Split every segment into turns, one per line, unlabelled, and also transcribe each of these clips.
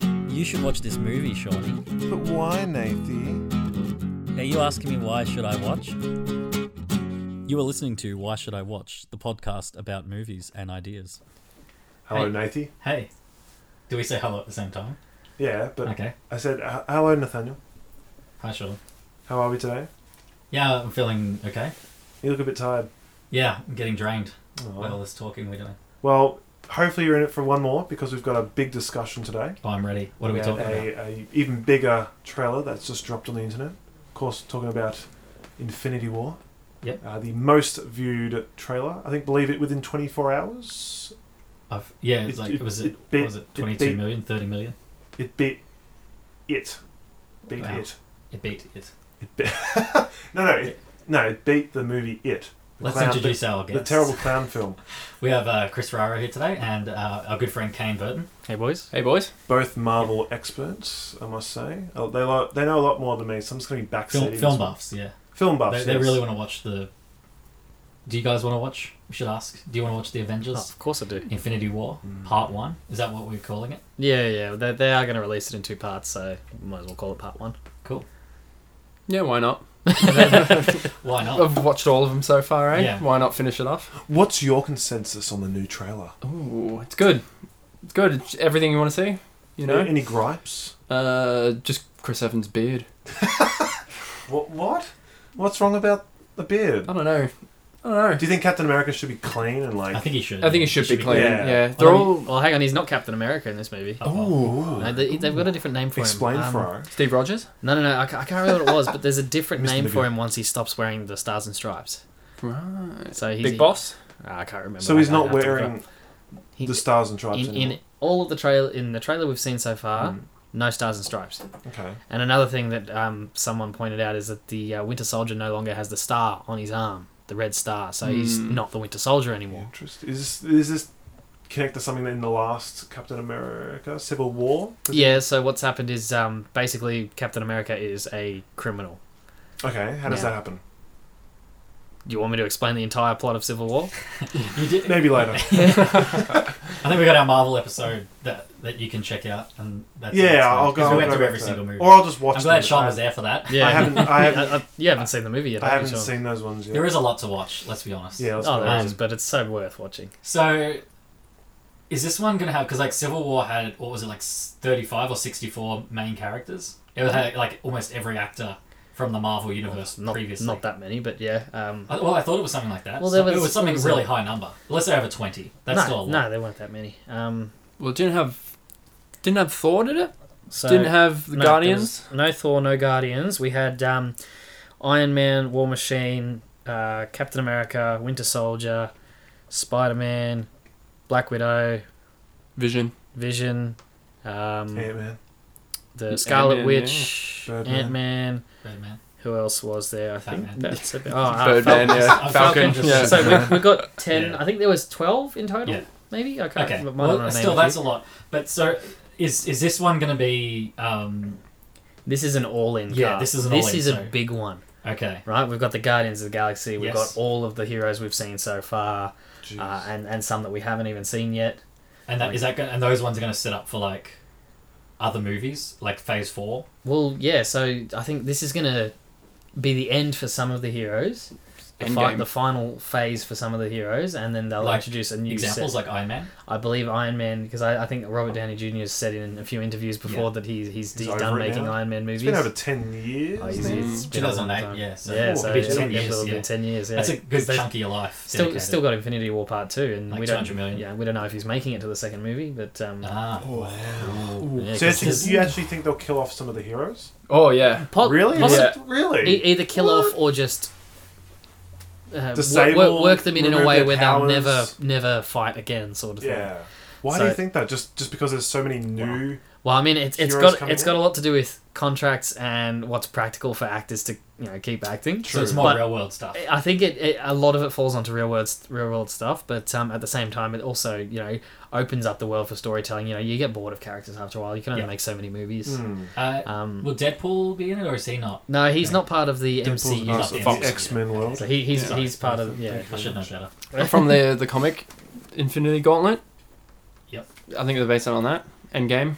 You should watch this movie, Shawnee.
But why, Nathy?
Are you asking me why should I watch? You are listening to Why Should I Watch, the podcast about movies and ideas.
Hello,
Hey.
Nathy.
Hey, do we say hello at the same time?
Yeah, but
Okay.
I said, "H- hello, Nathaniel.
Hi, Sean.
How are we today?
Yeah, I'm feeling okay.
You look a bit tired.
Yeah, I'm getting drained
Aw.
by all this talking we're doing.
Well, hopefully you're in it for one more because we've got a big discussion today.
Oh, I'm ready. What are we
about
talking about?
a, a even bigger trailer that's just dropped on the internet. Of course, talking about Infinity War.
Yep.
Uh, the most viewed trailer. I think, believe it, within 24 hours.
I've, yeah, it's
It-
like,
it-
was
it
it,
beat-
was it
it
22
beat-
million, 30 million?
It beat it. Beat
Wow.
it.
It beat it.
It beat. no, no, it, no. It beat the movie It. The
Let's
clown-
introduce our
the,
guests.
the terrible clown film.
We have uh, Chris Ferraro here today and uh, our good friend Kane Burton.
Hey boys. Hey boys.
Both Marvel experts, I must say. Oh, They lo- they know a lot more than me, so I'm just going to be
Film,
backseating.
film buffs, yeah.
Film buffs.
they, they
yes.
really want to watch the. Do you guys want to watch? We should ask. Do you want to watch the Avengers
of course I do.
Infinity War
Mm.
Part One? Is that what we're calling it?
Yeah, yeah. They, they are going to release it in two parts, so might as well call it part one.
Cool.
Yeah, why not?
Why
Oh,
not?
I've watched all of them so far, eh?
Yeah.
Why not finish it off?
What's your consensus on the new trailer?
Ooh, it's good. It's good. It's everything you want to see, you know?
any gripes?
Uh, just Chris Evans' beard.
What? What? What's wrong about the beard?
I don't know. I
Do
don't know.
you think Captain America should be clean and like?
I think he should.
I think it should, be clean.
Yeah.
Yeah.
Well,
They're all.
well, hang on. He's not Captain America in this movie.
Oh,
Ooh.
No, they, they've got a different name for
Explain,
him. Um,
Fro.
Steve Rogers?
No, no, no. I, ca- I can't remember what it was, but there's a different
Mr.
name for
Magoo.
him once he stops wearing the stars and stripes.
Right.
So he's
Big Boss?
Ah, I can't remember.
So he's
I- I'd
not
have to look it up.
wearing
He-
the stars and stripes
in,
anymore.
in all of the trailer in the trailer we've seen so far.
Mm.
No stars and stripes.
Okay.
And another thing that um, someone pointed out is that the uh, Winter Soldier no longer has the star on his arm, the red star, so he's
Hmm.
not the Winter Soldier anymore.
Interesting. Is this, is this connect to something in the last Captain America Civil War? Was it-
Yeah, so what's happened is um, basically Captain America is a criminal.
Okay. How does
Yeah.
that happen?
You want me to explain the entire plot of Civil War?
You did-
Maybe later.
I think we got our Marvel episode that, that you can check out, and that's it.
yeah,
It's
I'll
fine.
go.
'Cause
I'll
We went
go
through
back
every
to
single
that.
movie.
Or I'll just watch.
I'm glad
them.
Sean
I-
was there for that.
Yeah,
I haven't- I haven't-
you haven't seen the movie yet.
I
have you,
haven't
Sean?
seen those ones yet.
There is a lot to watch. Let's be honest.
Yeah. Let's
Oh, there
Um,
is, but it's so worth watching.
So, is this one gonna have? Because like Civil War had what was it like thirty five or sixty four main characters? It had like almost every actor from the Marvel universe
Not,
previously.
not that many, but yeah. Um,
I, well, I thought it was something like that.
Well, there
So- it
was-
was something
there was
really
a-
high number. Let's say over twenty. That's
no,
still a lot.
no, there weren't that many. Um,
Well, it didn't have. Didn't have Thor, did it?
so
didn't have the
no, there
Guardians?
was No Thor, no Guardians. We had um, Iron Man, War Machine, uh, Captain America, Winter Soldier, Spider Man, Black Widow,
Vision.
Vision, um,
Ant Man.
the Scarlet
Ant-Man,
Witch,
Birdman.
Ant Man.
Birdman.
Who else was there? I think
Batman.
that's about. Oh, uh,
Birdman,
Fal-
yeah.
Falcon.
Falcon.
Falcon.
yeah.
So we, we got ten.
Yeah.
I think there was twelve in total.
Yeah.
Maybe I can't.
Okay.
might not
Well,
have
still,
named a
that's
few.
a lot. But so, is is this one gonna be? Um,
This is an all-in.
Yeah,
cast.
this is an
this
all-in,
is a
so-
big one,
okay.
right? We've got the Guardians of the Galaxy. We've
Yes.
got all of the heroes we've seen so far.
Jeez.
uh, and and some that we haven't even seen yet.
And that is that gonna, and those ones are gonna set up for like other movies, like Phase Four.
Well, yeah. So I think this is gonna be the end for some of the heroes. The, fi-
Endgame.
the final phase for some of the heroes, and then they'll
Like,
introduce a new
Examples
set.
like Iron Man.
I believe Iron Man, because I, I think Robert Downey Jr. has said in a few interviews before
Yeah.
that he, he's he's,
He's over
done
it
making
now.
Iron Man
It's
movies.
been over ten years.
Oh, he's-
now.
it's been a long
2008,
time.
yeah, so-
yeah,
Oh,
so
it'll be
it'll
10
be-
years,
it'll be
yeah.
ten years. Yeah.
That's a good
'Cause they've
chunky life.
Still,
dedicated.
still got Infinity War Part Two, and
Like
we don't.
200 million.
Yeah, we don't know if he's making it to the second movie, but um,
Ah.
Wow.
yeah,
Oh, So
'cause
you actually, Uh, you actually think they'll kill off some of the heroes?
Oh, yeah.
po-
really?
possi-
Yeah.
Really?
E- either kill off or just uh,
Disable,
work, work them in, in a
remove
way
their
where
powers.
they'll never never fight again, sort of thing.
Yeah. Why
So-
do you think that? Just just because there's so many new.
Well, I mean, it's it's
Heroes
got
coming
it's got a lot to do with contracts and what's practical for actors to you know keep acting.
So it's
True.
more
But-
real world stuff.
I think it, it a lot of it falls onto real world real world stuff, but um, at the same time, it also you know opens up the world for storytelling. You know, you get bored of characters after a while. You can only
Yeah.
make so many movies.
Hmm.
Uh,
Um,
will Deadpool be in it, or is he not?
no, he's
Yeah.
not part of the
Deadpool's
MCU.
not
Yeah.
Fox X Men world.
So he, he's
Yeah.
he's part of yeah.
I should know better.
from the the comic Infinity Gauntlet.
Yep.
I think they're based it on that. Endgame.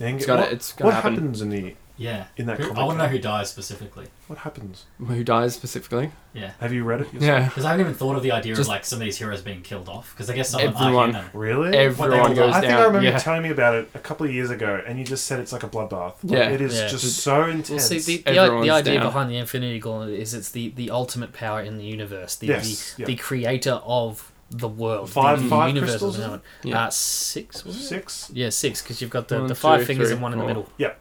Then get-
It's gotta,
what
it's
what
gonna happen.
happens in the
Yeah.
in that
Who-
comic?
I want to know
though?
who dies specifically.
What happens?
Who dies specifically?
Yeah.
Have you read it? yourself?
Yeah,
Because I haven't even thought of the idea
Just-
of like some of these heroes being killed off. Because I guess some of them are
Everyone.
human.
Really?
What they all
everyone goes
I
down.
think I remember you
yeah.
telling me about it a couple of years ago, and you just said it's like a bloodbath. Like,
Yeah.
it is
Yeah.
just so intense.
Well, see, the, the, i-
Everyone's
the idea
down.
behind the Infinity Gauntlet is it's the, the ultimate power in the universe, the
Yes,
the,
yeah.
the creator of the world,
Five-
the, the
five
universe
crystals,
as we
is
know it.
Yeah.
Uh, six, was it?
Six.
Yeah, six, because you've got the,
One,
the five
two,
fingers
three,
and one in the
four.
middle.
yeah,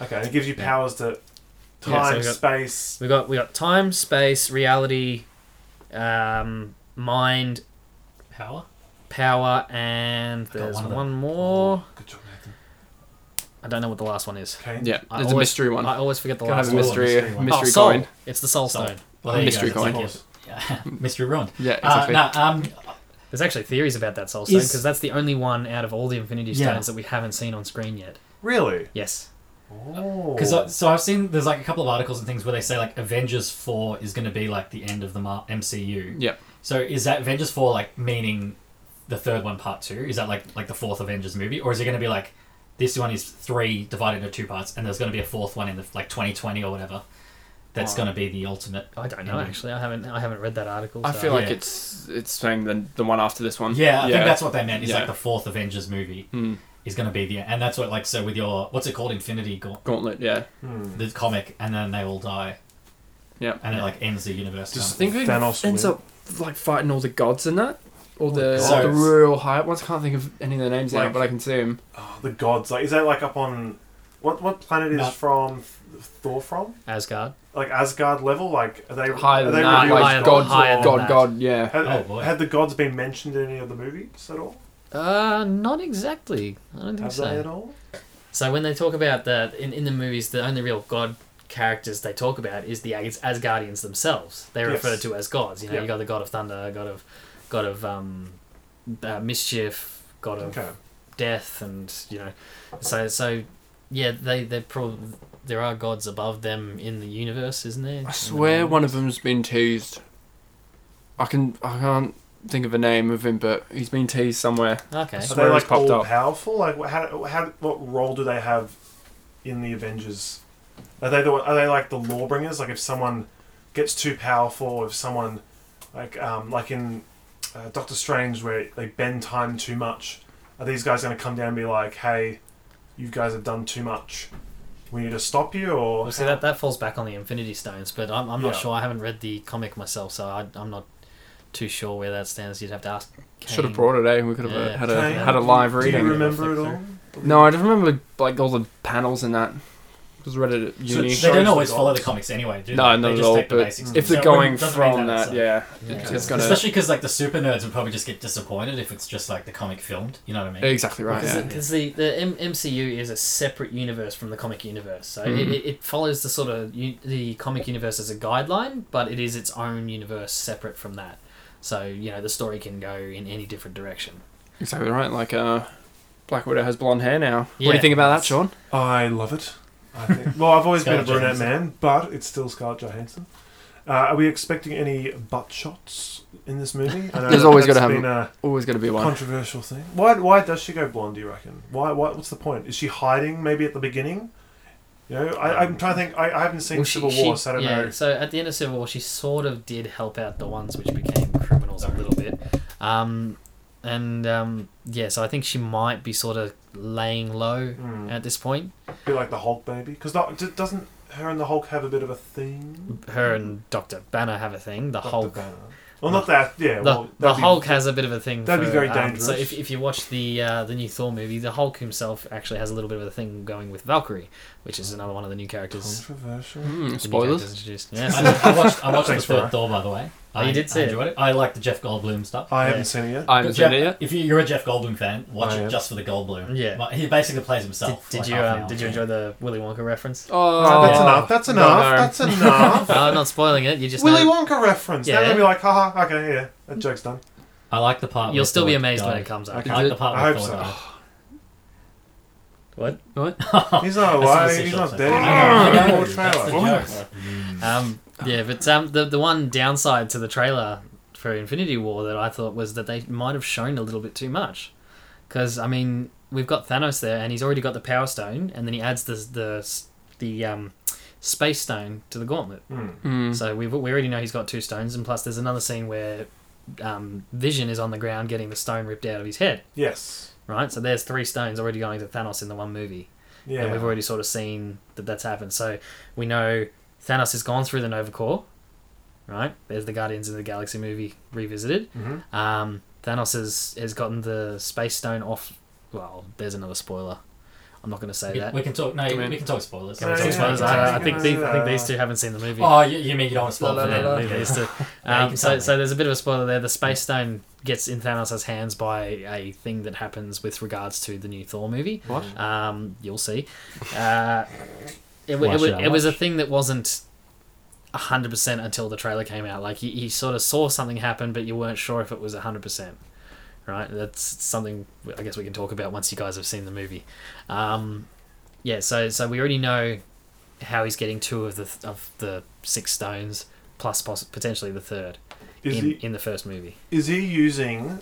Okay, and it gives you
Yeah.
powers to
Yeah, so
time,
we got-
space.
We got we got time, space, reality, um, mind,
Power?
power, and there's
one of
one,
them.
more.
Oh, Good job, Nathan.
I don't know what the last one is.
Okay.
yeah.
I
There's a
always-
mystery one.
I always forget the
Gotta
last
have a
one.
mystery,
Mystery one.
mystery
oh, soul.
coin.
It's the soul
Soul.
stone.
Well, there you
Mystery
go, that's
coin.
like it. Yeah. Mystery ruined.
Yeah,
Uh,
exactly.
no, um,
There's actually theories about that soul stone
Is-
because that's the only one out of all the Infinity
Yeah.
Stones that we haven't seen on screen yet.
Really?
Yes.
Oh.
Uh,
Because so I've seen there's like a couple of articles and things where they say like Avengers four is going to be like the end of the Mar- MCU.
Yep.
So is that Avengers four like meaning the third one part two? Is that like like the fourth Avengers movie, or is it going to be like this one is three divided into two parts, and there's going to be a fourth one in the like 2020 or whatever? That's
Oh.
going to be the ultimate.
I don't know
ending.
actually. I haven't I haven't read that article.
Mm-hmm. I
so-
feel like
yeah.
it's it's saying the the one after this one.
Yeah, I think that's what they meant. Is
Um, Yeah.
like the fourth Avengers movie
Hmm.
is going to be the and that's what like so with your what's it called Infinity Gaunt
Gauntlet. Yeah.
Hmm.
the comic, and then they all die.
Yeah.
And it like ends the universe.
Just
down.
think it
Thanos
ends
win.
up like fighting all the gods in that, all the
gods.
the real high ones. I can't think of any of their names
Like-
now, but I can see them.
Oh, the gods. Like, is that like up on what? What planet is
No.
from Thor from?
Asgard.
Like Asgard level? Like are they
Higher
are
than
they
that,
revealed
like
as
God-
gods
higher
or-
than
God,
that.
God, yeah.
Had,
Oh, boy.
had the gods been mentioned in any of the movies at all?
Uh, not exactly. I don't think
Have
so.
they at all?
So when they talk about the in, in the movies, the only real god characters they talk about is the As- Asgardians themselves. They're
Yes.
referred to as gods. You know,
Yeah.
you got the god of thunder, god of god of um, uh, mischief, god of
Okay.
death, and you know, so so yeah, they they probably there are gods above them in the universe, isn't there?
I swear one of them's been teased. I can I can't think of a name of him, but he's been teased somewhere.
Okay.
Are
So-
they
Swear it's
like
popped
all
up.
powerful? Like wha- how, how what role do they have in the Avengers? Are they the one- are they like the lawbringers? Like if someone gets too powerful, if someone like um, like in uh, Doctor Strange where they bend time too much, are these guys going to come down and be like, hey, you guys have done too much, we need to stop you? Or
Well, see that that falls back on the Infinity Stones, but I'm, I'm not
Yeah.
sure. I haven't read the comic myself, so I, I'm not too sure where that stands. You'd have to ask.
Should have
Kane.
brought it, eh? We could have uh
Yeah.
had a
Kane,
had a live
do you
reading.
remember it all?
No, I just remember like all the panels and that. Just read it at uni.
it's
They
shows
don't
the
always
gods.
follow the comics anyway, do
No,
they?
not
they
at
just
all,
take the
but
basics.
if
So
they're
it
going
doesn't mean
from
it's uh,
that,
a-
yeah,
Yeah.
it's just gonna
Especially because like the super nerds would probably just get disappointed if it's just like the comic filmed. You know what I mean?
exactly right.
Because
Yeah.
it-
the, the M- MCU is a separate universe from the comic universe, so
Hmm.
it
Mhm.
it, it follows the sort of u- the comic universe as a guideline, but it is its own universe separate from that. So you know the story can go in any different direction.
Exactly right. Like uh, Black Widow has blonde hair now. What
Yeah.
do you think about that, Sean?
I love it. I think. well, I've always been a
Scarlett
brunette
Johansson.
man, but it's still Scarlett Johansson. Uh, are we expecting any butt shots in this movie? I know
There's
that-
always gotta
that's
have
been a
Always going to be one.
controversial thing. Why? Why does she go blonde? Do you reckon? Why? Why? What's the point? Is she hiding? Maybe at the beginning. You know, I, I'm trying to think. I, I haven't seen
Well, she-
Civil
she-
War, so I don't
yeah,
know.
So at the end of Civil War, she sort of did help out the ones which became criminals a little bit, um, and um, yeah, so I think she might be sort of laying low
Mm.
at this point.
Be like the Hulk, maybe, because doesn't her and the Hulk have a bit of a thing?
Her and Doctor Banner have a thing. The
Dr.
Hulk.
Banner. Well, not that. Yeah.
The,
well,
the
that'd be-
Hulk has a bit of a thing.
that'd be
for,
very
um,
dangerous.
so if, if you watch the uh, the new Thor movie, the Hulk himself actually has a little bit of a thing going with Valkyrie, which is Mm-hmm. another one of the new characters.
Controversial.
Mm,
the new characters
spoilers.
introduced.
I,
Yes.
I watched. I watched the
Thanks, Ryan.
third Thor, by the way.
Oh,
I
you did see
I
it.
enjoyed it. I like the Jeff Goldblum stuff.
I
Yeah.
haven't seen it yet.
I haven't
Jeff-
seen it yet.
If you, you're a Jeff Goldblum fan, watch
I
it
am.
just for the Goldblum.
Yeah.
But he basically plays
Did,
himself.
did
like
you
half an
um,
hour.
did you enjoy the Willy Wonka reference?
Oh, that's
Yeah.
enough. That's
No,
enough.
no.
That's enough.
I'm not spoiling it. You just
Willy
know,
Wonka reference.
Yeah.
They're gonna be like, haha, okay, yeah, that joke's done.
I like the part.
you'll
where
still
Thor
be amazed when
died.
it comes up.
Okay.
Oh I like the part.
I
where
hope
Thor
so.
died.
What?
He's
That's
not alive.
Oh, the
He's
essential
not
thing.
dead.
I know, I know,
He's in the
that's the
trailer.
joke.
Um, yeah, but um, the the one downside to the trailer for Infinity War that I thought was that they might have shown a little bit too much, because I mean, we've got Thanos there, and he's already got the Power Stone, and then he adds the the the um, Space Stone to the Gauntlet.
Hmm.
Mm.
So we we already know he's got two stones, and plus there's another scene where um, Vision is on the ground getting the stone ripped out of his head.
Yes.
Right, so there's three stones already going to Thanos in the one movie,
Yeah.
and we've already sort of seen that that's happened. So we know Thanos has gone through the Nova Core. Right, there's the Guardians of the Galaxy movie revisited.
hmm
Um, Thanos has, has gotten the space stone off. Well, there's another spoiler. I'm not going to say
We,
that.
we can talk. No,
Come in.
we can talk spoilers.
Can we
Yeah,
talk
yeah,
spoilers?
yeah,
I, I
yeah,
think
yeah,
these, I think
yeah.
these two haven't seen the movie.
Oh, you, you mean you don't want to spoil
La,
for
la,
them?
la, la.
leave these two.
Yeah, you
Um,
can
so,
tell
so there's a bit of a spoiler there. The space stone gets in Thanos' hands by a thing that happens with regards to the new Thor movie.
What?
Um, you'll see. Uh, it, w-
Why
it,
should
w-
I
it was a thing that wasn't 100% until the trailer came out. Like, you, you sort of saw something happen, but you weren't sure if it was 100%. Right? That's something I guess we can talk about once you guys have seen the movie. Um, yeah, so, so we already know how he's getting two of the, th- of the six stones, plus poss- potentially the third
Is
in,
he
in the first movie.
is he using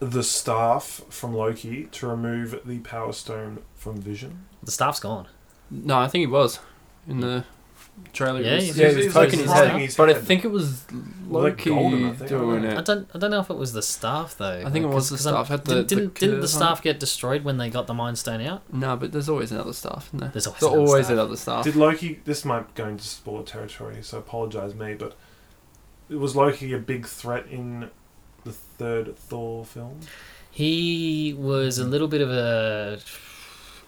the staff from Loki to remove the Power Stone from Vision?
The staff's gone.
No, I think he was in the trailer.
Yeah,
it was-
yeah.
yeah, he was
He's like
poking his
prodding
head.
his
But I
head.
think it was
Like
Loki
golden, I think,
doing
wasn't it?
it.
I don't, I don't know if it was the staff, though.
I think it was the staff, had the-
didn't, didn't,
the
didn't the
curve on
staff get destroyed when they got the Mind Stone out?
No, but there's always another staff, isn't there?
There's always
There's
another
always
staff.
another staff.
Did Loki? This might go into spoiler territory, so apologise me, but was Loki a big threat in the third Thor film?
He was a little bit of a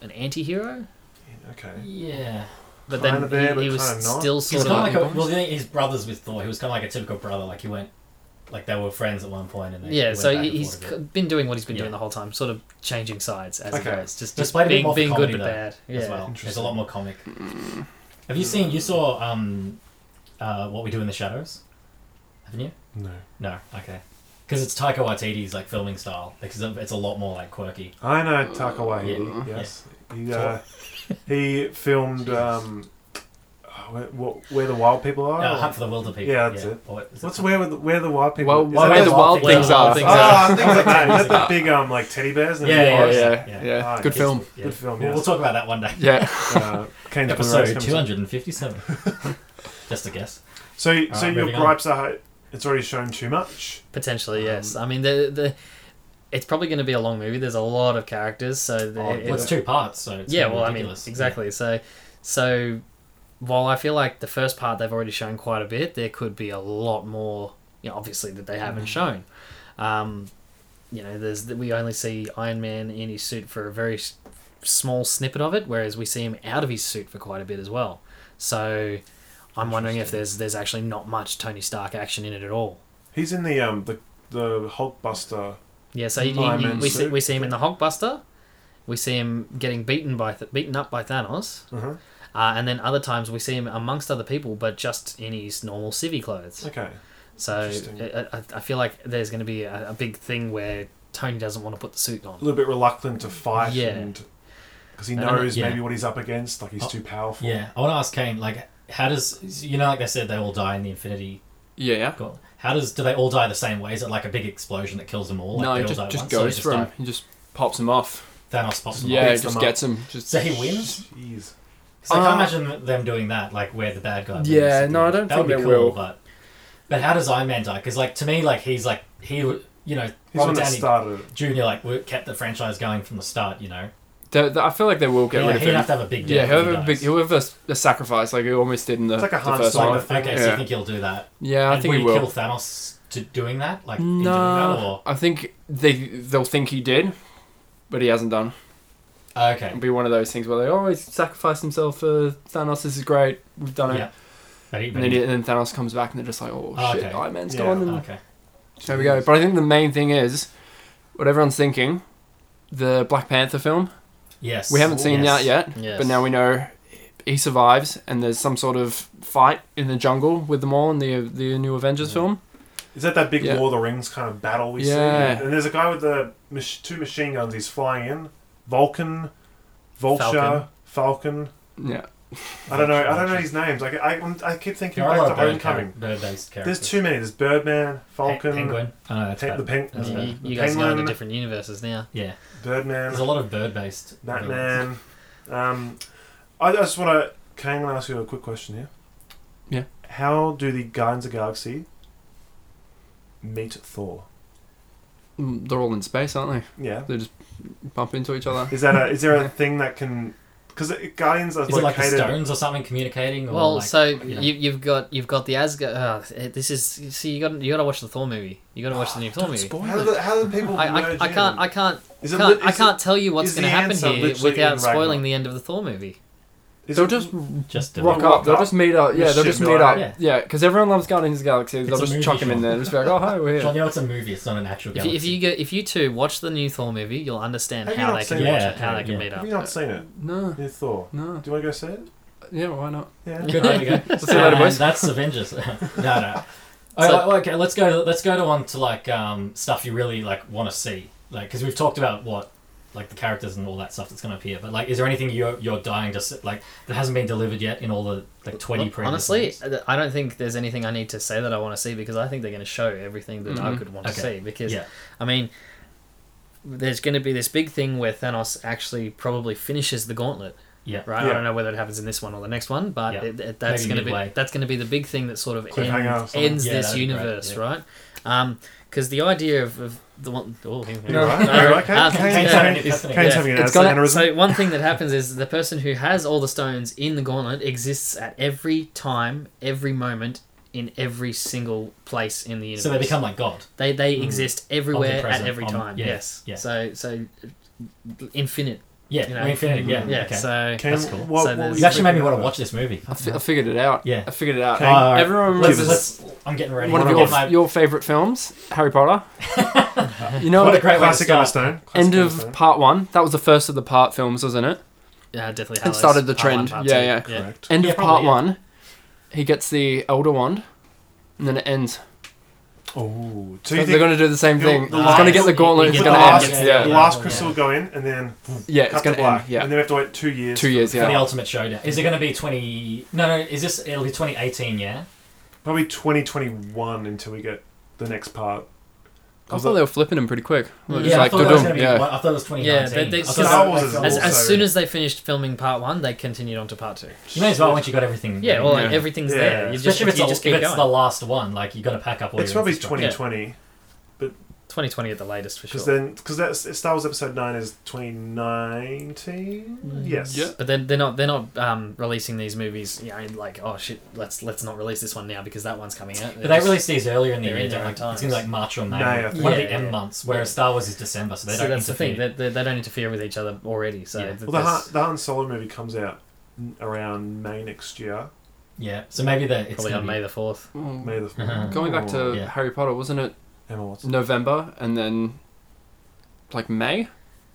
an anti-hero,
Yeah, Okay.
Yeah.
but
Kinda
then
there,
he,
but
he was
kinda not.
still
He was
sort
kind of
of.
like a, well, the thing- his brothers with Thor. He was kind of like a typical brother. Like he went, like they were friends at one point, and they
yeah,
went
so
back
he,
and
he's
forth a bit.
c- been doing what he's been
Yeah.
doing the whole time, sort of changing sides as
Okay.
he goes,
He's
just just
played a bit
being,
more for
being good
comedy,
but
though,
bad. Yeah.
as well. It's a
Interesting.
lot more comic.
Mm.
Have you seen? You saw um, uh, what we do in the shadows, haven't you?
No.
No, okay. Because it's Taika Waititi's like filming style. Because it's a lot more like quirky.
I know Takawai.
Yeah.
yes. He, uh, he filmed um, oh, where, what- where the wild people are.
Uh, Hunt for the Wilder People.
Oh. Yeah, that's it.
Or what- is
What's where the, where the wild people?
Well,
is
where
that
the
those-
wild things
wild
are.
things
Ah,
Ah, things like that. Is that the big um like teddy bears? and
Yeah,
everything?
yeah,
Yeah,
yeah,
yeah.
yeah.
Ah,
Good
it's-
film.
yeah.
Good film.
We'll,
Yes.
we'll talk about that one day.
Yeah.
uh, Kane's
Episode
Polaris
two
comes-
hundred and fifty-seven. Just a guess.
So,
Alright,
so your
moving on.
gripes are it's already shown too much.
Potentially, yes. I mean, the the it's probably going to be a long movie. There's a lot of characters, so the,
Oh,
it-
Well, it's two parts, so it's
yeah,
gonna be
well,
ridiculous.
I mean, exactly. So, so while I feel like the first part they've already shown quite a bit, there could be a lot more. You know, obviously that they haven't shown. Um, you know, there's we only see Iron Man in his suit for a very s- small snippet of it, whereas we see him out of his suit for quite a bit as well. So, I'm wondering if
Interesting.
there's there's actually not much Tony Stark action in it at all.
He's in the um the the Hulkbuster.
Yeah, so he, he-
Iron
he-
Man
we see
suit.
we see him in the Hulkbuster. We see him getting beaten by th- beaten up by Thanos.
Uh-huh.
uh
Uh, and then other times we see him amongst other people, but just in his normal civvy clothes.
Okay.
So
Interesting.
I, I, I feel like there's going to be a, a big thing where Tony doesn't want to put the suit
A
on.
little bit reluctant to fight
Yeah.
and because he
And I don't-
knows
yeah.
maybe what he's up against. Like he's
Oh,
too powerful.
Yeah, I want to ask Kane. Like, how does you know? Like I said, they all die in the Infinity.
Yeah, yeah.
Gauntlet. How does do they all die the same way? Is it like a big explosion that kills them all? Like
No,
they
he
all
just,
die at
just
once, or they
goes for him. He just pops him off.
die- Thanos pops them
Yeah,
off.
Beats
just
them
gets him. Just
So he wins.
Jeez.
'Cause I can't
Uh,
imagine them doing that. Like where the bad guy. wins.
Yeah, no, I don't
that would
think
be
they
cool,
will.
But but how does Iron Man die? Because like to me, like he's like he w- you know
He's one
Robert
that
Downey
started. it.
Jr. like w- kept the franchise going from the start. You know,
They- they- I feel like they will get
yeah,
rid of
he'd
him.
have to have a big
yeah,
death if he
whoever big,
dies.
whoever s- the sacrifice like he almost did in the,
It's like a
the
Han
first
Solo
one.
thing.
Okay, so
Yeah.
you think he'll do that?
Yeah, I
And
think
will
he will.
kill Thanos to doing that? Like in doing that,
No,
or
I think they they'll think he did, but he hasn't done.
Oh, okay,
It'll be one of those things where they always sacrifice himself for Thanos. This is great. We've done it.
Yeah. But he-
And then, and then Thanos comes back and they're just like, oh,
Oh,
shit,
okay.
Iron Man's
Yeah.
gone. And
okay.
There we go. But I think the main thing is what everyone's thinking the Black Panther film.
Yes.
We haven't seen
Yes.
that yet,
Yes.
but now we know he survives and there's some sort of fight in the jungle with them all in the, the new Avengers
Yeah.
film.
Is that that big
Yeah.
Lord of the Rings kind of battle we
Yeah.
see? And there's a guy with the mach- two machine guns. He's flying in. Vulcan, Vulture, Falcon.
Falcon.
Falcon.
Yeah.
I don't know. I don't know his names. Like I, I'm- I keep thinking
There are a
back
lot
to
of bird
Homecoming.
char- bird-based characters.
There's too many. There's Birdman,
Pe-
Falcon,
Penguin. Oh, no, that's
Pe-
bad.
the Pink,
That's
Uh, you,
bad.
you guys are going
Penguin.
to different universes now.
Yeah.
Birdman,
There's a lot of bird-based. villains.
Batman. Um, I just want to. Can I ask you a quick question here?
Yeah.
How do the Guardians of the Galaxy meet Thor?
Mm, They're all in space, aren't
Yeah.
they? They just bump into each other.
Is that a? Is there a thing that can? Because Guardians are
Is it like the
located.
stones or something communicating? Or
Well,
like,
so
yeah.
you, you've got you've got the Asgard. Uh, this is you see you got you got to watch the Thor movie. You got to watch the new Thor movie.
how, do the, how do people?
I, I,
merge
I
in?
can't I can't
Is it
can't
li-
I
is
can't tell you what's
is
going to
the
happen
answer
here
literally in
without
Ragnarok?
spoiling the end of the Thor movie.
Is
They'll
it-
just
just a
rock
Rock
up. They'll
up.
just meet up. Yeah,
Just
they'll just
shit
meet
me
up.
like-
Yeah, because everyone loves Guardians of the Galaxy.
It's
They'll
a
just
movie,
chuck him in
Sean.
there and just be like, oh, hi, we're
John,
here.
you know, it's a movie. It's not an actual
If,
galaxy.
you- if you go if you two watch the new Thor movie, you'll understand
Have you
how
not
they can
seen
it?
watch
Yeah,
it, how they
okay,
can
yeah.
meet up.
Have you not seen it?
No,
New Thor.
no.
Do you want to go see it?
Yeah, why not?
Yeah.
Good, there we go.
See you later,
And
boys.
That's Avengers. no, no. Oh,
So-
okay, let's go. Let's go to one to like um, stuff you really like want to see, like because we've talked about what like the characters and all that stuff that's going to appear. But like, is there anything you're you're dying to see, like that hasn't been delivered yet in all the like twenty
Look,
previous?
honestly,
ones?
I don't think there's anything I need to say that I want to see because I think they're going to show everything that I
Mhm.
could want to
Mm-hmm. Okay.
see. Because
yeah,
I mean, there's going to be this big thing where Thanos actually probably finishes the gauntlet,
yeah,
right? I
Yeah.
don't know whether it happens in this one or the next one, but
Yeah.
it, it- that's
Maybe
going to be
midway.
that's going to be the big thing that sort of
Cliffhanger or
ends,
something.
ends
Yeah,
this
that'd be great,
universe,
yeah.
right? Um, because the idea of, of the one oh, here we
You all
go.
right? You all okay?
Um,
Kane's
Kane's
yeah.
having
having-
his-
Kane's
yeah.
having an
It's gonna-
aneurysm.
So one thing that happens is the person who has all the stones in the gauntlet exists at every time, every moment, in every single place in the universe.
so they become like God.
they they exist everywhere at
Omnipresent,
every
om-
time.
yeah,
yes.
yeah.
So so infinite.
Yeah,
You know, mm,
Infinity. Yeah,
Yeah.
okay.
So
Kane,
that's cool.
what- what
So
were
there's-
you actually made me
thinking
want to
about?
watch this movie.
I, fi- I figured it out.
Uh-huh. Yeah.
I figured it out.
Okay.
All right.
Everyone
Let's,
remembers
let's- I'm getting ready.
one of
I'll
your
get my-
your favorite films, Harry Potter. you know,
What a
the
great way to
Classic
start.
Emma Stone. Classic
end
Emma
of
Stone.
part one. That was the first of the part films, wasn't it?
uh, definitely
And started the trend. Yeah, yeah.
Correct.
End
Yeah,
of part
probably, yeah.
one, he gets the elder wand, and then it ends.
Oh, so
They're
you think
going to do the same
He'll-
thing.
the
he's going to
last-
get the gauntlet.
he'll
He's
put
going
the
to
last-
end.
the
yeah.
last
Yeah.
crystal will go in and then
Yeah, it's
cut to
going to end.
black, and
Yeah,
then we have to wait two years.
two years.
for the
Yeah,
ultimate showdown. Is it going to be 20? No, no. Is this? It'll be 2018. Yeah.
Probably 2021 until we get the next part.
I thought they were flipping him pretty quick.
Yeah,
Just
yeah, I
like,
thought it was
"Dudum,"
going to be.
yeah.
I thought it was 2019.
Yeah, they- they-
I thought
Star
it was
Wars is
like-
As,
Also-
as soon as they finished filming part one, they continued on to part two.
you may as well once you got everything.
Yeah, well,
Yeah.
everything's
Yeah.
there. You just,
especially if it's,
you
a-
just
if
keep
it's the
going.
last one. Like you got to pack up all
it's
your.
probably
infrastructure.
2020
Twenty twenty at the latest for sure.
because then because that's Star Wars Episode Nine is 2019.
Mm,
Yes.
Yeah.
But then they're not they're not um, releasing these movies. You know, like oh shit, let's let's not release this one now because that one's coming out.
But they released these earlier in the
They're
year.
in their
don't
own
they? It's going to be like March or May.
No, yeah, I
one
think-
of the
Yeah, yeah.
M months, whereas Star Wars is December, so they
so
don't.
that's the thing.
interfere.
They, they, they don't interfere with each other already. So
Yeah.
th-
Well, the Han,
there's
the Han Solo movie comes out n- around May next year.
Yeah. So maybe the it's
probably
gonna
on
be-
May the fourth.
Mm.
May the
Uh-huh.
Going back to
Yeah.
Harry Potter, wasn't it
Emma Watson.
November and then like May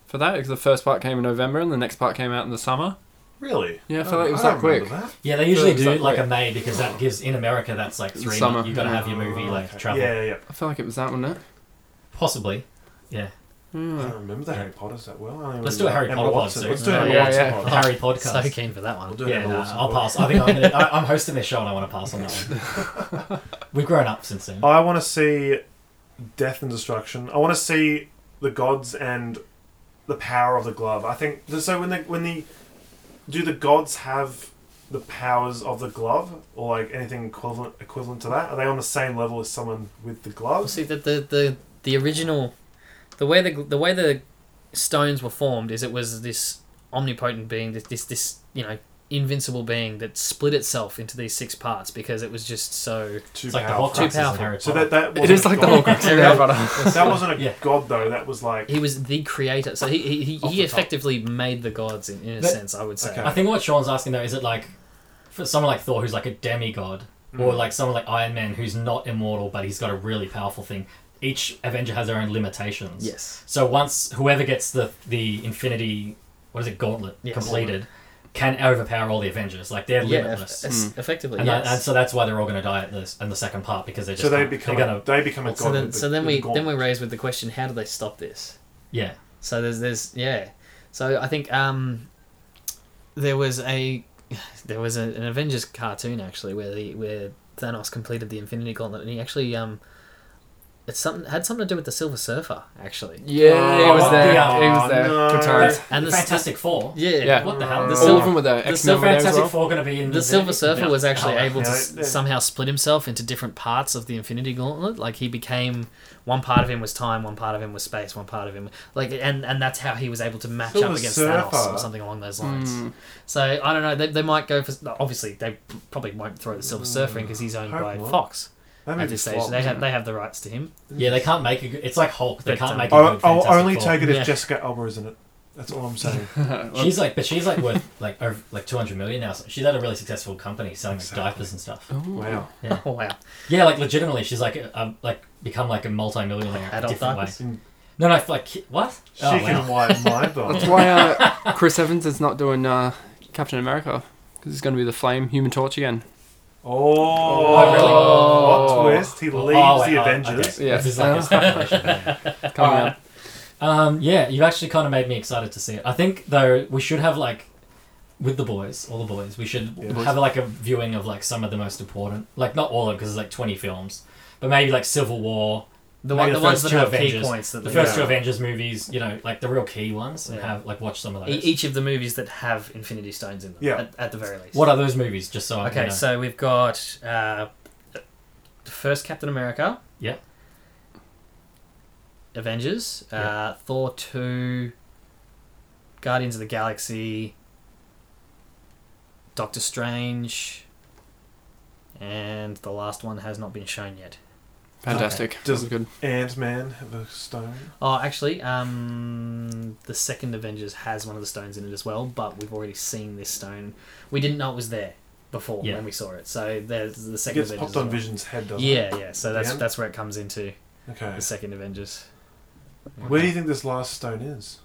for that? Because the first part came in November and the next part came out in the summer.
Really?
Yeah, I feel
Oh,
like it was
don't
that quick.
remember that.
Yeah, they usually
So it's
do like
like-
a May because that gives in America that's like
It's
three.
summer.
months. You've got to have your movie like
Oh, Okay.
travel.
Yeah, yeah, yeah.
I feel like it was that one, no?
Possibly. Yeah.
I
Yeah.
don't remember the Harry Potter's that well. I only
Let's
remember
do a Harry
Emma
Potter pod
Watson.
soon.
Let's do
Oh,
an Emma
yeah,
Watson
yeah.
pod.
Harry podcast.
So keen for that one.
We'll do an
Yeah,
Emma
no,
Watson
I'll
pod.
pass. I think I'm, gonna, I, I'm hosting this show and I want to pass on that one. We've grown up since then.
I want to see death and destruction. I want to see the gods and the power of the glove. I think so. When the when the do the gods have the powers of the glove or like anything equivalent equivalent to that? Are they on the same level as someone with the
Well,
gloves?
see that the, the the original, the way the the way the stones were formed is it was this omnipotent being, this this, this you know invincible being that split itself into these six parts because it was just so.
Too
It's like the
powerful.
Horcruxes
Too powerful.
in Harry Potter.
So that that
It is
wasn't
like
a
the whole
god.
crux of Harry Potter.
That wasn't a
Yeah.
god though. That was like
He was the creator, so he he, he,
Off
he
the top.
effectively made the gods in, in a
But-
sense. I would say.
Okay.
I think what Sean's asking though is it like for someone like Thor who's like a demigod,
Mm.
or like someone like Iron Man who's not immortal but he's got a really powerful thing. Each Avenger has their own limitations.
Yes.
So once whoever gets the the Infinity, what is it, Gauntlet
Yes.
completed, can overpower all the Avengers. Like they're
Yeah,
limitless.
eff- es-
Hmm.
effectively.
and, that-
yes.
and so that's why they're all going to die at this in the second part because they just
so they
can't-
become
they're gonna
they become a god.
so then,
with the-
so then
with
we
the gaunt.
then we raise with the question: How do they stop this?
yeah
So there's there's yeah. So I think um, there was a there was a, an Avengers cartoon actually where the where Thanos completed the Infinity Gauntlet and he actually um, it's something had something to do with the Silver Surfer actually.
Yeah,
Oh,
he was there.
yeah.
he was there.
No. Oh.
Katara.
And the
Fantastic Four.
Yeah,
Yeah.
What the hell?
The
The
All
Silver,
of them were there. X Men were there as
Fantastic
well.
Four going to be in
The Silver Surfer
Yeah.
was actually able to
Yeah,
s
yeah.
somehow split himself into different parts of the Infinity Gauntlet. Like he became one part of him was time, one part of him was space, one part of him like and and that's how he was able to match up
Silver
against Thanos
Surfer.
or something along those lines.
Hmm.
Mm.
So I don't know. They, they might go for obviously they probably won't throw the Silver Surfer in because he's owned
Hope
by
not.
Fox
That
at
movie
this stage.
flopped.
they have they have the rights to him.
Yeah, they can't make a good. It's like Hulk. They
But,
can't
um,
make a
I'll,
good.
I'll
Fantastic
Oh, only
Four.
take it if
Yeah.
Jessica Alba is in it. That's all I'm saying.
Well,
She's like, but she's like worth like over, like two hundred million now. So she's at a really successful company selling like,
Exactly.
diapers and stuff.
oh,
wow.
Oh wow!
Yeah, like legitimately, she's like um, like become like a multi-millionaire in a
Adult
different way.
diapers?
Mm.
No, no, like ki- what?
She
Oh,
can
wow.
wipe my
That's
bum.
why uh, Chris Evans is not doing uh, Captain America because he's going to be the Flame Human Torch again.
Oh,
Oh, really?
What twist? He
Oh,
leaves
oh, wait,
the
oh,
Avengers.
okay.
Yeah.
This is like a speculation.
Come on.
Alright. Um, yeah, you've actually kind of made me excited to see it. I think though we should have like with the boys, all the boys, we should
Yeah, boys.
have like a viewing of like some of the most important, like not all of because it's like twenty films, but maybe like Civil War,
The,
Maybe
one,
the
the ones
first
that
two
have
Avengers.
key points that
the
they- e-,
first two
Yeah.
Avengers movies, you know, like the real key ones, and
Yeah.
have like watch some of
E-
those.
each of the movies that have Infinity Stones in them.
Yeah.
At, at the very least.
What are those movies? Just so I uh,
Okay,
you know.
so we've got uh, the first Captain America.
Yeah.
Avengers, uh,
Yeah.
Thor two, Guardians of the Galaxy, Doctor Strange, and the last one has not been shown yet.
Fantastic.
Does-
That was good.
Ant Man have a stone.
Oh, actually, um, the second Avengers has one of the stones in it as well, but we've already seen this stone. We didn't know it was there before
Yeah.
when we saw it. So there's the
It
second
gets
Avengers.
popped on
as well.
Vision's head, doesn't it?
Yeah, yeah. So that's
Yeah.
that's where it comes into
Okay.
the second Avengers.
Where do you think this last stone is?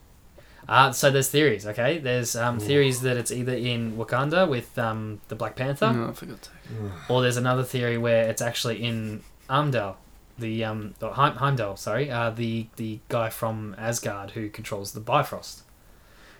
Uh, so there's theories, okay? There's um,
Ooh.
theories that it's either in Wakanda with um, the Black Panther,
No, for God's sake.
Hmm.
or there's another theory where it's actually in Armdale, the um, or Heim- Heimdall, sorry, uh, the the guy from Asgard who controls the Bifrost,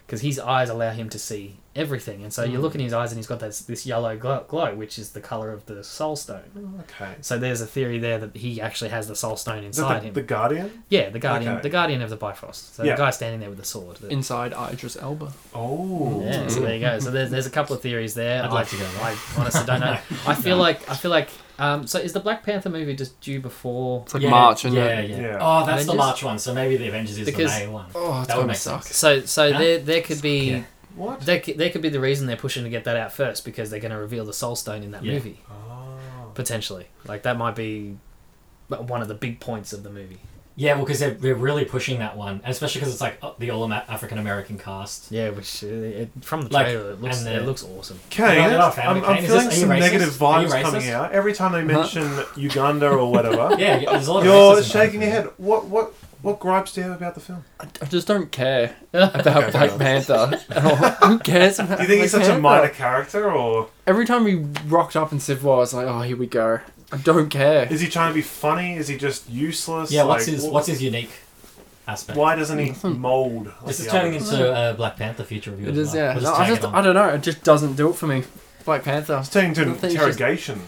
because his eyes allow him to see everything, and so you
Mm.
look in his eyes and he's got this this yellow glow, glow which is the color of the Soul Stone.
Okay.
So there's a theory there that he actually has the Soul Stone
Is that
inside
the,
him.
the Guardian?
Yeah, the guardian,
Okay.
the guardian of the Bifrost. So
Yeah.
the guy standing there with the sword. that-
Inside Idris Elba.
Oh.
yeah, so there you go. So there's, there's a couple of theories there.
I'd
I-
like to go there.
I honestly don't know. I feel like I feel like. Um, so is the Black Panther movie just due before?
It's like
yeah,
March, isn't
yeah,
it?
Yeah,
Yeah.
Oh, that's the
Avengers?
March one. So maybe the Avengers is
Because-
the May one.
Oh, it's
That would
going to
make
suck.
sense.
So so
Huh?
there there could be
Yeah.
What?
there, c- there could be the reason they're pushing to get that out first because they're going to reveal the Soul Stone in that
Yeah.
movie
Oh.
potentially. Like that might be one of the big points of the movie.
Yeah, well, because they're, they're really pushing that one, and especially because it's like uh, the all African American cast.
Yeah, which uh, it, from the
Like,
trailer it looks
and the-
it looks awesome.
Kane,
You're not family,
I'm, I'm
Kane. Is
feeling
this- are you
some
racist?
negative
Are you
vibes coming
racist?
out every time they mention Uganda or whatever.
Yeah, yeah, there's a lot of
You're
racism going
shaking your
through.
head. What what what gripes do you have about the film?
I, I just don't care about Black Panther at all. Who cares about
Do you think he's
Black
such a
Panther?
minor character, or
Every time we rocked up in Civil War, I was like, oh, here we go. I don't care.
is he trying to be funny? Is he just useless?
Yeah, what's
Like,
his
wh-
what's his unique aspect?
Why doesn't he mold? Like
This is
the
turning
others?
into a Black Panther future review.
It
as
is,
well.
yeah.
We'll
No,
tag
I
it
just,
on.
I don't know. It just doesn't do it for me. Black Panther.
It's turning into
I
an
think it's
interrogation.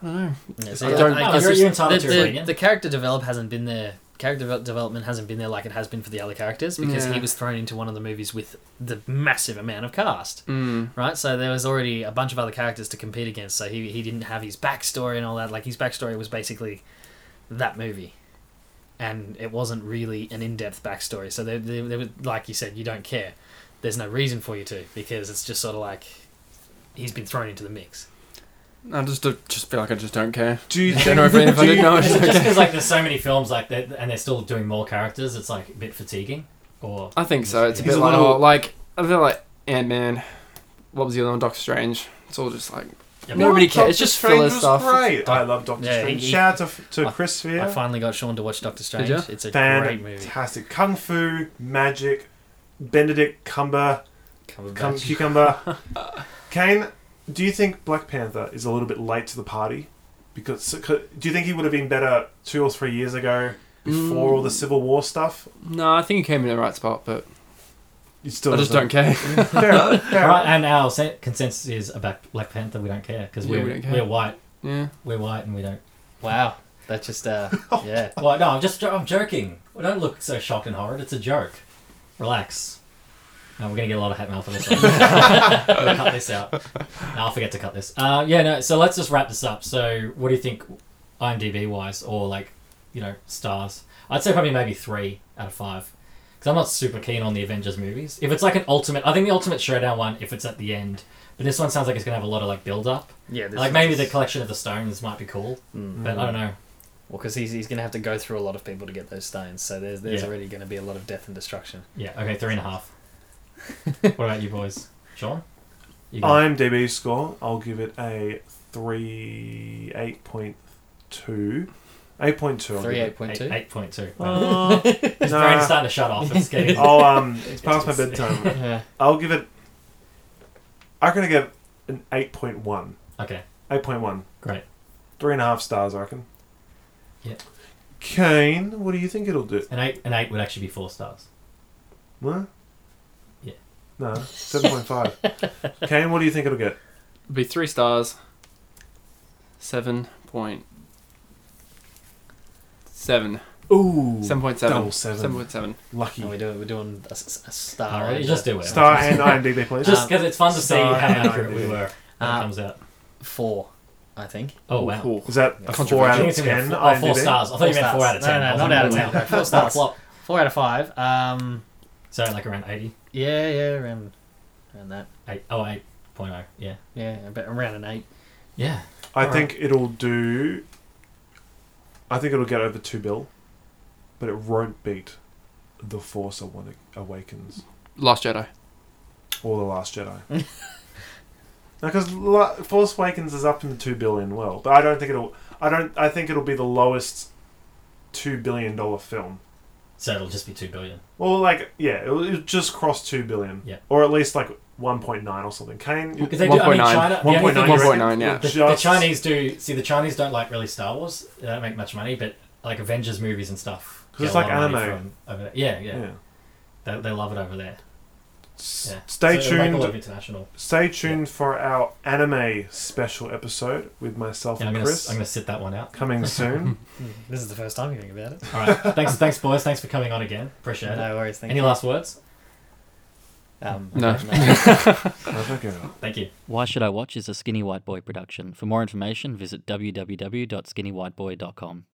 I don't know.
Yeah,
I don't-
No,
guess
you're-
it's-
you're entitled
the,
to your
the-
opinion.
the character develop hasn't been there. Character devel- development hasn't been there like it has been for the other characters because
Yeah.
he was thrown into one of the movies with the massive amount of cast,
Mm.
right? So there was already a bunch of other characters to compete against. So he he didn't have his backstory and all that. Like his backstory was basically that movie, and it wasn't really an in depth backstory. So there, there, there was like you said, you don't care. There's no reason for you to because it's just sort of like he's been thrown into the mix.
I just just feel like I just don't care.
Do you
I
think?
don't know if if I didn't know. I
Is
just
it
don't
just
care.
because like there's so many films like that, and they're still doing more characters? It's like a bit fatiguing. Or
I think so. It's a
He's
bit
a
like
little-
oh, like I feel like Ant Man. What was the other one? Doctor Strange. It's all just like
Yeah,
nobody
Doctor
cares. It's just
Strange
filler
was
stuff.
Great.
Doc-
I love Doctor
Yeah,
Strange.
he-
Shout out to, to
I-
Chris
I
Fear.
finally got Sean to watch Doctor Strange.
ya?
It's a great movie.
Fantastic. Kung Fu, magic, Benedict Cumber, cum, Cucumber. Kane, do you think Black Panther is a little bit late to the party? Because do you think he would have been better two or three
Mm.
years ago before all the Civil War stuff?
No, I think he came in the right spot, but
You still
I just don't care.
Fair, fair.
Right, and our sen- consensus is about Black Panther. We don't care because
Yeah,
we're
we don't care.
we're white.
Yeah.
We're white, and we don't.
Wow. That just, uh, yeah.
Well, no, I'm just jo- I'm joking. Well, don't look so shocked and horrid. It's a joke. Relax. No, we're gonna get a lot of hat mail for this one. I'm gonna cut this out. No, I'll forget to cut this. Uh, yeah, no. So let's just wrap this up. So, what do you think, IMDb wise, or like, you know, stars? I'd say probably maybe three out of five. Because I'm not super keen on the Avengers movies. If it's like an ultimate, I think the ultimate showdown one. If it's at the end, but this one sounds like it's gonna have a lot of like build up.
Yeah. This
Like
is
maybe the
just-
collection of the stones might be cool,
Mm.
but I don't know.
Well, because he's, he's going to have to go through a lot of people to get those stones, so there's there's
Yeah.
already going to be a lot of death and destruction.
Yeah, okay, three and a half. what about you boys? Sean? You go.
IMDb score, I'll give it a three eight point two. Eight point two. I'll
Three
give
eight
it.
point
Eight-
two.
8.2. Wow.
Uh,
His
nah.
brain's starting to shut off. It's getting.
I'll um. It's past my bedtime.
Yeah.
I'll give it. I reckon I give an eight point one.
Okay,
Eight point one.
great.
Three and a half stars, I reckon.
Yeah.
Kane, what do you think it'll do?
An eight, an eight would actually be four stars.
What?
Yeah.
No, seven point five. Kane, what do you think it'll get?
It'd be three stars. Seven point seven.
Ooh.
Seven point seven.
Double seven.
Seven point seven.
Lucky.
Oh,
And we do, we're doing a, s- a star.
Alright,
rating.
just do it.
Star and IMDb, please.
Just because Um, it's fun to see how
Star-
accurate we were when
Uh,
it comes out.
Four, I think.
Oh, wow.
Cool.
Is that a four
I
out
think
of
it's gonna be a
ten?
four- oh, four
IMDb?
stars. I thought you meant four out of
stars.
ten.
No,
I
no,
was
not
like,
out of
wow.
ten. Four
That's a
stars.
flop.
Four out of five. Um,
So, like around 80?
yeah, yeah, around, around that.
Eight, oh, 8.0. Yeah.
Yeah, about around an eight.
Yeah.
I
Alright.
think it'll do. I think it'll get over two bill, but it won't beat the Force Awa- Awakens
Last Jedi.
or the Last Jedi. now, because La- Force Awakens is up in the two billion well, but I don't think it'll. I don't. I think it'll be the lowest two billion dollar film.
So it'll just be 2 billion.
Well, like yeah, it'll, it'll just cross two billion,
Yeah.
or at least like one point nine or something. Kane, you-
Because they do, I mean,
1.9.
China. the only thing
1.9,
is-
you reckon?
1.9, yeah.
The, the
Just-
Chinese do see the Chinese don't like really Star Wars. They don't make much money, but like Avengers movies and stuff.
'Cause it's
get a lot
like
of money
anime.
From over there. Yeah, yeah,
yeah.
They, they love it over there.
S-
Yeah.
Stay
So it'll make a
tuned.
lot of international.
Stay tuned for our anime special episode with myself
Yeah, I'm
and
gonna
Chris
I'm gonna sit that one out.
coming soon.
Hmm, This is the first time hearing about it.
All right. thanks, thanks, boys. Thanks for coming on again. Appreciate it.
No worries. Thank
Any
you.
last words?
Um,
No.
Have a go.
Thank you.
Why Should I Watch is a Skinny White Boy production. For more information, visit www.skinnywhiteboy.com.